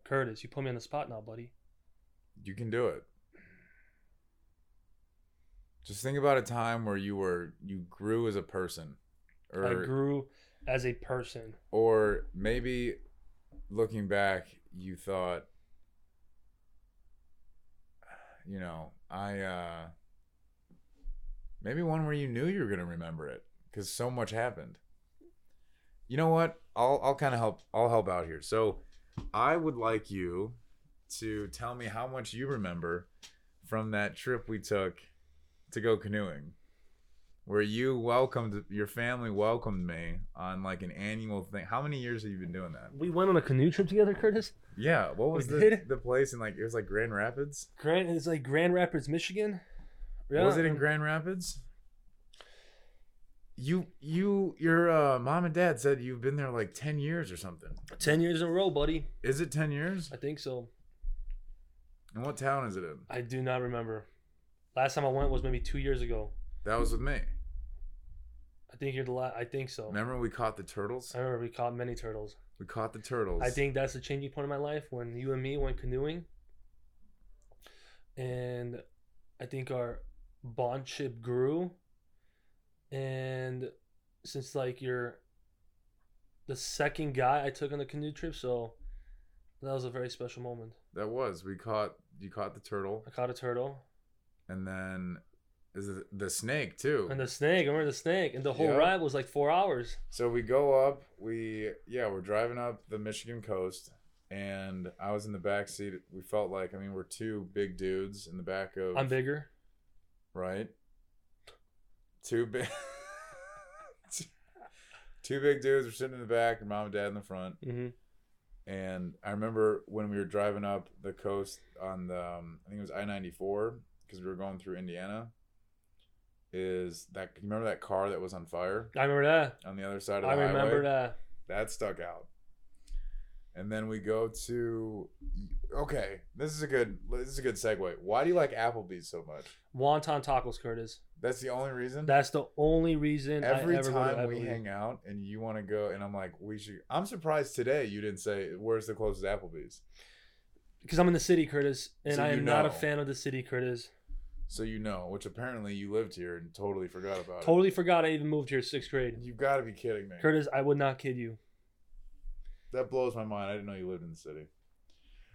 [SPEAKER 2] Curtis, you put me on the spot now, buddy.
[SPEAKER 1] you can do it. Just think about a time where you were you grew as a person, or
[SPEAKER 2] I grew as a person.
[SPEAKER 1] or maybe looking back, you thought, you know, I uh, maybe one where you knew you were gonna remember it because so much happened. You know what? I'll I'll kind of help. I'll help out here. So, I would like you to tell me how much you remember from that trip we took to go canoeing where you welcomed your family welcomed me on like an annual thing. How many years have you been doing that?
[SPEAKER 2] We went on a canoe trip together, Curtis.
[SPEAKER 1] Yeah, what was
[SPEAKER 2] We
[SPEAKER 1] the,
[SPEAKER 2] did?
[SPEAKER 1] the place in like it was like Grand Rapids?
[SPEAKER 2] Grand it's like Grand Rapids, Michigan. Yeah.
[SPEAKER 1] Was it in Grand Rapids? You you your uh, mom and dad said you've been there like 10 years or something.
[SPEAKER 2] ten years in a row, buddy?
[SPEAKER 1] Is it 10 years?
[SPEAKER 2] I think so.
[SPEAKER 1] And what town is it in?
[SPEAKER 2] I do not remember. Last time I went was maybe two years ago.
[SPEAKER 1] That was with me.
[SPEAKER 2] I think you're the last. I think so.
[SPEAKER 1] Remember we caught the turtles?
[SPEAKER 2] I remember we caught many turtles.
[SPEAKER 1] We caught the turtles.
[SPEAKER 2] I think that's the changing point in my life when you and me went canoeing. And I think our bondship grew. And since like you're the second guy I took on the canoe trip, so That was a very special moment.
[SPEAKER 1] That was we caught you caught the turtle
[SPEAKER 2] I caught a turtle
[SPEAKER 1] and then is it the snake too.
[SPEAKER 2] and the snake. I remember the snake, and the whole
[SPEAKER 1] Yeah.
[SPEAKER 2] ride was like four hours.
[SPEAKER 1] So we go up, we yeah, we're driving up the Michigan coast and I was in the back seat. We felt like I mean, we're two big dudes in the back of
[SPEAKER 2] I'm bigger.
[SPEAKER 1] right? Two big Two big dudes were sitting in the back and mom and dad in the front.
[SPEAKER 2] Mm-hmm.
[SPEAKER 1] And I remember when we were driving up the coast on the, um, I think it was I 94, because we were going through Indiana. Is that, you remember that car that was on fire
[SPEAKER 2] I remember that.
[SPEAKER 1] on the other side of the
[SPEAKER 2] I
[SPEAKER 1] highway?
[SPEAKER 2] remember that.
[SPEAKER 1] That stuck out. And then we go to, okay, this is a good, this is a good segue. Why do you like Applebee's so much?
[SPEAKER 2] Wonton tacos, Curtis.
[SPEAKER 1] That's the only reason?
[SPEAKER 2] That's the only reason
[SPEAKER 1] Every
[SPEAKER 2] I ever go to
[SPEAKER 1] time we
[SPEAKER 2] Applebee's.
[SPEAKER 1] hang out and you want to go, and I'm like, we should. I'm surprised today you didn't say, where's the closest Applebee's?
[SPEAKER 2] because I'm in the city, Curtis, and
[SPEAKER 1] So
[SPEAKER 2] I
[SPEAKER 1] you
[SPEAKER 2] am not a
[SPEAKER 1] know.
[SPEAKER 2] fan of the city, Curtis.
[SPEAKER 1] So you know, which apparently you lived here and totally forgot about
[SPEAKER 2] Totally forgot I even moved here sixth
[SPEAKER 1] it.
[SPEAKER 2] grade.
[SPEAKER 1] You've got to be kidding me.
[SPEAKER 2] Curtis, I would not kid you.
[SPEAKER 1] That blows my mind. I didn't know you lived in the city.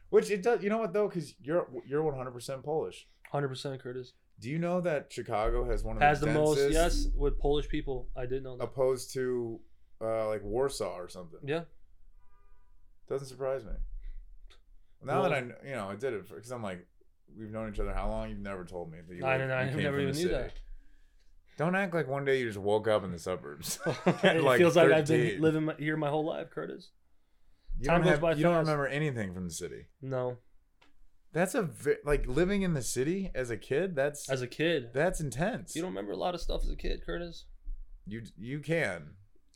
[SPEAKER 1] Which it does. You know what though? Because you're you're 100% Polish.
[SPEAKER 2] 100% Curtis.
[SPEAKER 1] Do you know that Chicago has one of
[SPEAKER 2] Has
[SPEAKER 1] the, Oh,
[SPEAKER 2] the most,
[SPEAKER 1] densest
[SPEAKER 2] yes, with Polish people. I did know that.
[SPEAKER 1] opposed to uh, like Warsaw or something?
[SPEAKER 2] Yeah.
[SPEAKER 1] Doesn't surprise me. Now that I kn- you know I did it because I'm like we've known each other how long? You've never told me that you.
[SPEAKER 2] I
[SPEAKER 1] lived-
[SPEAKER 2] don't know, I
[SPEAKER 1] you came
[SPEAKER 2] never
[SPEAKER 1] from the
[SPEAKER 2] even knew
[SPEAKER 1] city.
[SPEAKER 2] that.
[SPEAKER 1] Don't act like one day you just woke up in the suburbs.
[SPEAKER 2] it
[SPEAKER 1] Like
[SPEAKER 2] feels like I've been
[SPEAKER 1] 13.
[SPEAKER 2] living my, here my whole life, Curtis.
[SPEAKER 1] You
[SPEAKER 2] Time
[SPEAKER 1] don't,
[SPEAKER 2] goes
[SPEAKER 1] have,
[SPEAKER 2] by
[SPEAKER 1] you don't
[SPEAKER 2] fast.
[SPEAKER 1] remember anything from the city.
[SPEAKER 2] No,
[SPEAKER 1] That's a ve- like living in the city as a kid. That's
[SPEAKER 2] as a kid,
[SPEAKER 1] that's intense.
[SPEAKER 2] you don't remember a lot of stuff as a kid, Curtis.
[SPEAKER 1] you you can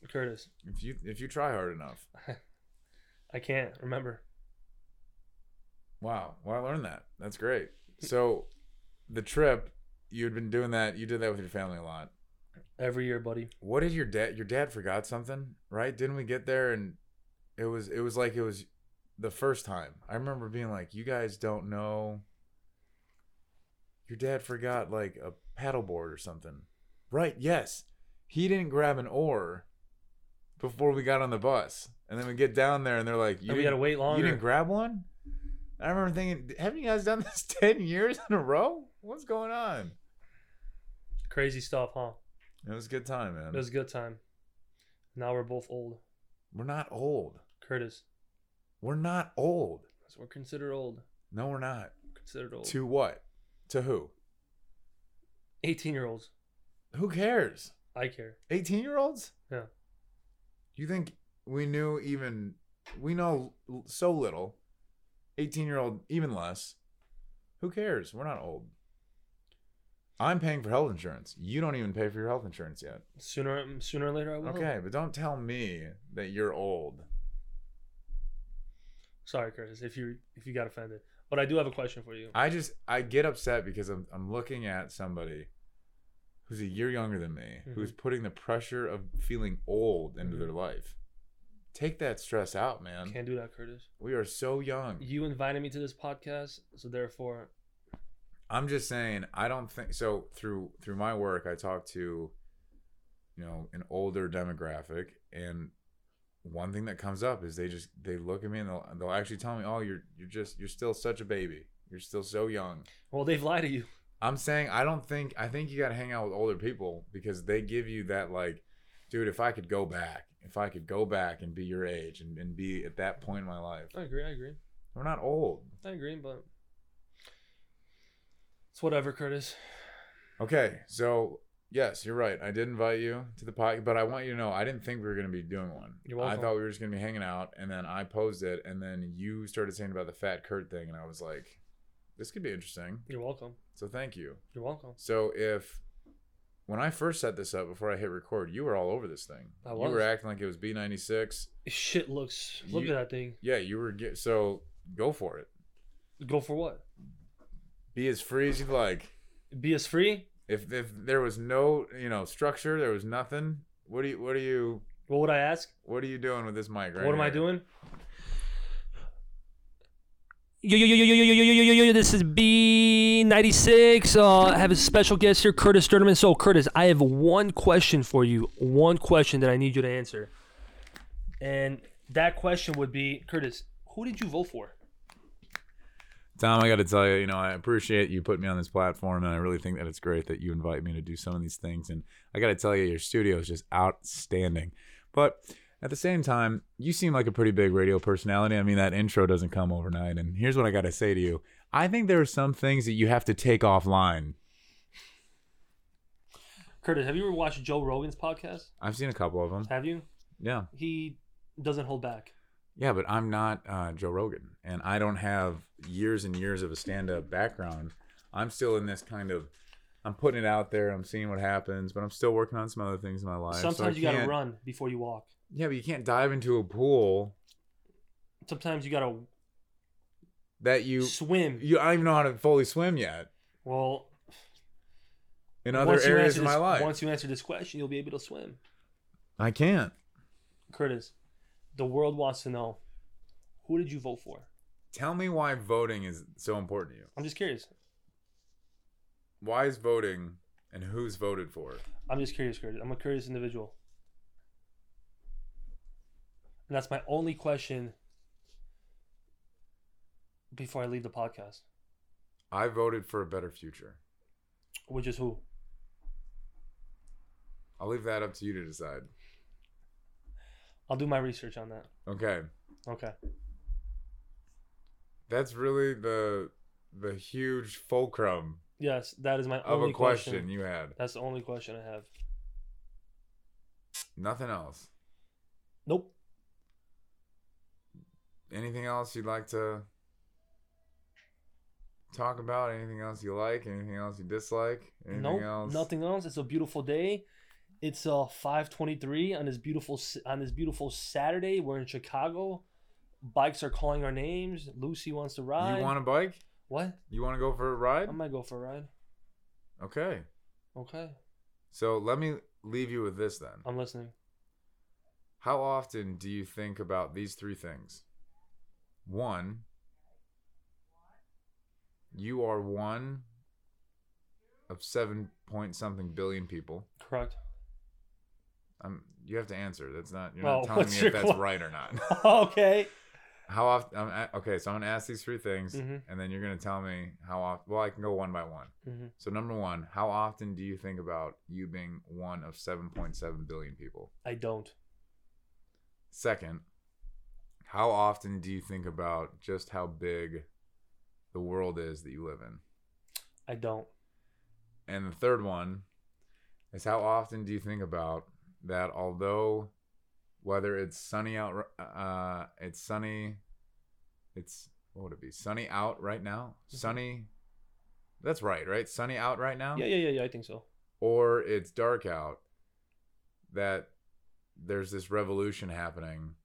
[SPEAKER 2] Curtis,
[SPEAKER 1] if you if you try hard enough.
[SPEAKER 2] I can't remember.
[SPEAKER 1] Wow, well I learned that. That's great. So, the trip you had been doing that. You did that with your family a lot.
[SPEAKER 2] Every year, buddy.
[SPEAKER 1] What did your dad? Your dad forgot something, right? Didn't we get there and it was it was like it was the first time. I remember being like, "You guys don't know." Your dad forgot like a paddleboard or something, right? Yes, he didn't grab an oar before we got on the bus, and then we get down there and they're like, "You
[SPEAKER 2] and we
[SPEAKER 1] didn't-
[SPEAKER 2] had to wait
[SPEAKER 1] you
[SPEAKER 2] longer.
[SPEAKER 1] didn't grab one?" I remember thinking, "Haven't you guys done this ten years in a row? What's going on?"
[SPEAKER 2] Crazy stuff, huh?
[SPEAKER 1] It was a good time, man.
[SPEAKER 2] It was a good time. Now we're both old,
[SPEAKER 1] We're not old.
[SPEAKER 2] Curtis.
[SPEAKER 1] We're not old.
[SPEAKER 2] So we're considered old.
[SPEAKER 1] No, we're not.
[SPEAKER 2] Considered old.
[SPEAKER 1] To what? To who?
[SPEAKER 2] 18 year olds.
[SPEAKER 1] Who cares?
[SPEAKER 2] I care.
[SPEAKER 1] 18 year olds?
[SPEAKER 2] Yeah.
[SPEAKER 1] You think we knew even, we know l- so little. 18 year old, even less. Who cares? We're not old. I'm paying for health insurance. You don't even pay for your health insurance yet.
[SPEAKER 2] Sooner, sooner or later, I will.
[SPEAKER 1] Okay, but don't tell me that you're old.
[SPEAKER 2] Sorry, Curtis, if you if you got offended, but I do have a question for you.
[SPEAKER 1] I just, I get upset because I'm, I'm looking at somebody who's a year younger than me who's putting the pressure of feeling old into
[SPEAKER 2] Mhm.
[SPEAKER 1] their life. Take that stress out, man.
[SPEAKER 2] Can't do that, Curtis.
[SPEAKER 1] We are so young.
[SPEAKER 2] You invited me to this podcast, so therefore,
[SPEAKER 1] I'm just saying, I don't think so through through my work I talk to you know, an older demographic and one thing that comes up is they just they look at me and they'll they'll actually tell me, "Oh, you're you're just you're still such a baby. You're still so young."
[SPEAKER 2] well, they've lied to you.
[SPEAKER 1] I'm saying I don't think I think you got to hang out with older people because they give you that like, dude, if I could go back, if I could go back and be your age and, and be at that point in my life,
[SPEAKER 2] I agree. I agree.
[SPEAKER 1] we're not old.
[SPEAKER 2] I agree, but it's whatever, Curtis.
[SPEAKER 1] Okay, so yes, you're right. I did invite you to the podcast, but I want you to know I didn't think we were gonna be doing one.
[SPEAKER 2] You're
[SPEAKER 1] I
[SPEAKER 2] welcome.
[SPEAKER 1] thought we were just gonna be hanging out, and then I posed it, and then you started saying about the fat Kurt thing, and I was like, this could be interesting.
[SPEAKER 2] You're welcome.
[SPEAKER 1] So thank you.
[SPEAKER 2] You're welcome.
[SPEAKER 1] So if when I first set this up before I hit record, you were all over this thing.
[SPEAKER 2] I
[SPEAKER 1] You were
[SPEAKER 2] was.
[SPEAKER 1] acting like it was B96.
[SPEAKER 2] Shit looks. Look
[SPEAKER 1] You-
[SPEAKER 2] at that thing.
[SPEAKER 1] Yeah, you were. Get, so go for it.
[SPEAKER 2] Go for what?
[SPEAKER 1] Be as free as you'd like.
[SPEAKER 2] Be as free.
[SPEAKER 1] If if there was no you know structure, there was nothing. What do you what are you
[SPEAKER 2] What would I ask?
[SPEAKER 1] what are you doing with this mic right
[SPEAKER 2] what am I
[SPEAKER 1] here?
[SPEAKER 2] doing?
[SPEAKER 3] Yo, yo, yo, yo, yo, yo, yo, yo, yo, yo, yo, this is B96. Uh, I have a special guest here, Curtis Sturman. So, Curtis, I have one question for you. One question that I need you to answer. And that question would be Curtis,
[SPEAKER 2] Who did you vote for?
[SPEAKER 1] Tom, I got to tell you, you know, I appreciate you putting me on this platform, and I really think that it's great that you invite me to do some of these things. And I got to tell you, your studio is just outstanding. But at the same time, you seem like a pretty big radio personality. I mean, that intro doesn't come overnight. And here's what I got to say to you I think there are some things that you have to take offline.
[SPEAKER 2] Curtis, have you ever watched Joe Rogan's podcast?
[SPEAKER 1] I've seen a couple of them.
[SPEAKER 2] Have you?
[SPEAKER 1] Yeah.
[SPEAKER 2] He doesn't hold back.
[SPEAKER 1] Yeah, but I'm not uh, Joe Rogan, and I don't have years and years of a stand-up background. I'm still in this kind of, I'm putting it out there. I'm seeing what happens, but I'm still working on some other things in my life. so
[SPEAKER 2] Sometimes
[SPEAKER 1] I
[SPEAKER 2] you got to
[SPEAKER 1] can't-
[SPEAKER 2] run before you walk.
[SPEAKER 1] Yeah, but you can't dive into a pool
[SPEAKER 2] Sometimes you got to
[SPEAKER 1] that you
[SPEAKER 2] swim.
[SPEAKER 1] you I don't even know how to fully swim yet
[SPEAKER 2] well,
[SPEAKER 1] in other
[SPEAKER 2] once you
[SPEAKER 1] areas
[SPEAKER 2] answer
[SPEAKER 1] of my
[SPEAKER 2] this-
[SPEAKER 1] life.
[SPEAKER 2] Once you answer this question, you'll be able to swim.
[SPEAKER 1] I can't.
[SPEAKER 2] Curtis, the world wants to know who did you vote for?
[SPEAKER 1] Tell me why voting is so important to you.
[SPEAKER 2] I'm just curious.
[SPEAKER 1] Why is voting and who's voted for? it?
[SPEAKER 2] I'm just curious, Curtis. I'm a curious individual. And that's my only question before I leave the podcast,
[SPEAKER 1] I voted for a better future.
[SPEAKER 2] which is who?
[SPEAKER 1] I'll leave that up to you to decide.
[SPEAKER 2] I'll do my research on that.
[SPEAKER 1] Okay.
[SPEAKER 2] Okay.
[SPEAKER 1] That's really the the huge fulcrum
[SPEAKER 2] Yes, that is my
[SPEAKER 1] of
[SPEAKER 2] only
[SPEAKER 1] a question,
[SPEAKER 2] question.
[SPEAKER 1] you had.
[SPEAKER 2] That's the only question I have.
[SPEAKER 1] Nothing else.
[SPEAKER 2] Nope.
[SPEAKER 1] Anything else you'd like to talk about? Anything else you like? Anything else you dislike? Anything
[SPEAKER 2] nope.
[SPEAKER 1] else?
[SPEAKER 2] Nothing else. It's a beautiful day. It's uh 5:23 on this beautiful s- on this beautiful Saturday. We're in Chicago. Bikes are calling our names. Lucy wants to ride.
[SPEAKER 1] You want a bike?
[SPEAKER 2] what?
[SPEAKER 1] You want to go for a ride?
[SPEAKER 2] I might go for a ride.
[SPEAKER 1] Okay.
[SPEAKER 2] Okay,
[SPEAKER 1] So let me leave you with this then.
[SPEAKER 2] I'm listening.
[SPEAKER 1] How often do you think about these three things? One, you are one of seven point something billion people.
[SPEAKER 2] Correct.
[SPEAKER 1] Um, you have to answer. That's not you're
[SPEAKER 2] Oh,
[SPEAKER 1] not telling
[SPEAKER 2] what's
[SPEAKER 1] me
[SPEAKER 2] your
[SPEAKER 1] if that's
[SPEAKER 2] que-
[SPEAKER 1] right or not.
[SPEAKER 2] okay.
[SPEAKER 1] How often? I'm a okay, so I'm gonna ask these three things,
[SPEAKER 2] Mhm.
[SPEAKER 1] and then you're gonna tell me how often. Well, I can go one by one.
[SPEAKER 2] hmm
[SPEAKER 1] So number one, how often do you think about you being one of seven point seven billion people?
[SPEAKER 2] I don't.
[SPEAKER 1] Second, how often do you think about just how big the world is that you live in?
[SPEAKER 2] I don't.
[SPEAKER 1] And the third one is how often do you think about that although whether it's sunny out uh it's sunny it's what would it be? Sunny out right now? Sunny That's right, right? Sunny out right now?
[SPEAKER 2] Yeah, yeah, yeah, yeah. I think so.
[SPEAKER 1] or it's dark out that there's this revolution happening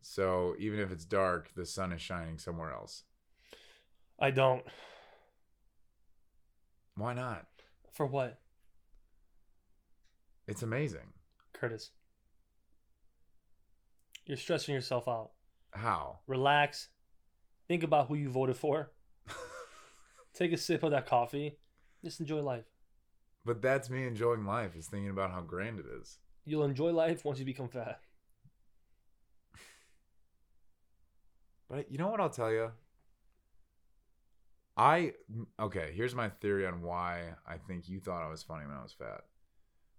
[SPEAKER 1] so even if it's dark the sun is shining somewhere else
[SPEAKER 2] I don't.
[SPEAKER 1] why not
[SPEAKER 2] For what,
[SPEAKER 1] it's amazing
[SPEAKER 2] Curtis? You're stressing yourself out.
[SPEAKER 1] how
[SPEAKER 2] Relax. Think about who you voted for. Take a sip of that coffee. Just enjoy life.
[SPEAKER 1] but that's me enjoying life is thinking about how grand it is
[SPEAKER 2] You'll enjoy life once you become fat.
[SPEAKER 1] but you know what i'll tell you i okay here's my theory on why i think you thought i was funny when i was fat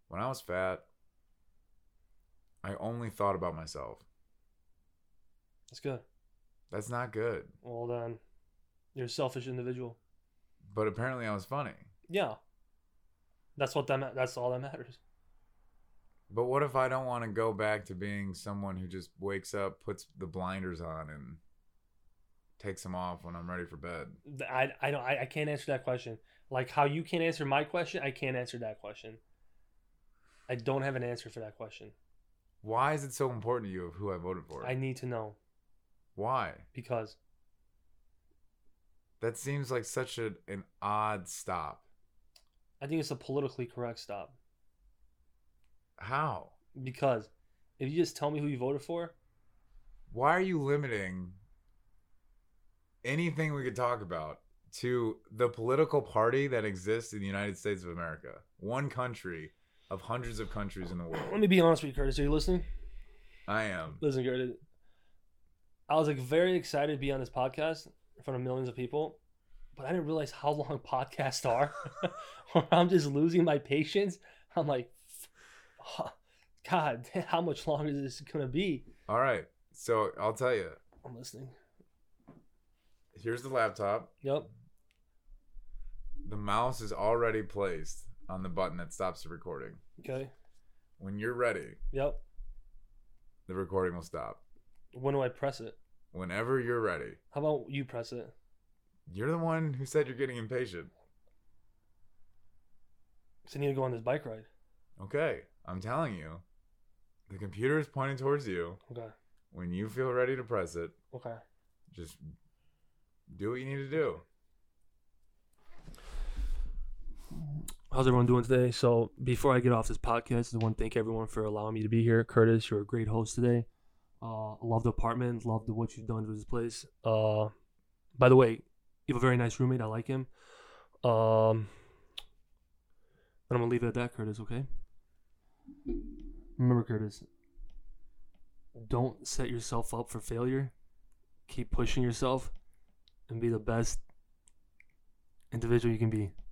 [SPEAKER 1] when i was fat i only thought about myself
[SPEAKER 2] That's good.
[SPEAKER 1] that's not good
[SPEAKER 2] Well done. You're a selfish individual.
[SPEAKER 1] but apparently I was funny.
[SPEAKER 2] Yeah. That's what that. Ma- that's all that matters.
[SPEAKER 1] But what if I don't want to go back to being someone who just wakes up, puts the blinders on, and takes them off when I'm ready for bed?
[SPEAKER 2] Th- I I don't. I, I can't answer that question. Like how you can't answer my question, I can't answer that question. I don't have an answer for that question.
[SPEAKER 1] Why is it so important to you of who I voted for?
[SPEAKER 2] I need to know
[SPEAKER 1] Why?
[SPEAKER 2] because
[SPEAKER 1] That seems like such a, an odd stop.
[SPEAKER 2] I think it's a politically correct stop.
[SPEAKER 1] How?
[SPEAKER 2] Because if you just tell me who you voted for,
[SPEAKER 1] Why are you limiting anything we could talk about to the political party that exists in the United States of America? One country of hundreds of countries in the
[SPEAKER 2] let
[SPEAKER 1] world.
[SPEAKER 2] me be honest with you, Curtis. Are you listening?
[SPEAKER 1] I am.
[SPEAKER 2] Listen, Curtis. I was like very excited to be on this podcast in front of millions of people, but I didn't realize how long podcasts are. or I'm just losing my patience. I'm like, "Huh, God, how much longer is this gonna be?
[SPEAKER 1] All right. So I'll tell you.
[SPEAKER 2] I'm listening.
[SPEAKER 1] Here's the laptop.
[SPEAKER 2] Yep.
[SPEAKER 1] The mouse is already placed on the button that stops the recording.
[SPEAKER 2] Okay.
[SPEAKER 1] When you're ready,
[SPEAKER 2] Yep.
[SPEAKER 1] the recording will stop.
[SPEAKER 2] When do I press it?
[SPEAKER 1] Whenever you're ready.
[SPEAKER 2] How about you press it?
[SPEAKER 1] You're the one who said you're getting impatient.
[SPEAKER 2] Cause I need to go on this bike ride.
[SPEAKER 1] Okay. I'm telling you. The computer is pointing towards you.
[SPEAKER 2] Okay.
[SPEAKER 1] When you feel ready to press it,
[SPEAKER 2] Okay.
[SPEAKER 1] just do what you need to do.
[SPEAKER 3] How's everyone doing today? So before I get off this podcast, I want to thank everyone for allowing me to be here. Curtis, you're a great host today. Uh, love the apartment. Love the, what you've done to this place. Uh, by the way, you have a very nice roommate. I like him. Um, and I'm gonna leave it at that, Curtis. Okay. Remember, Curtis. Don't set yourself up for failure. Keep pushing yourself, and be the best individual you can be.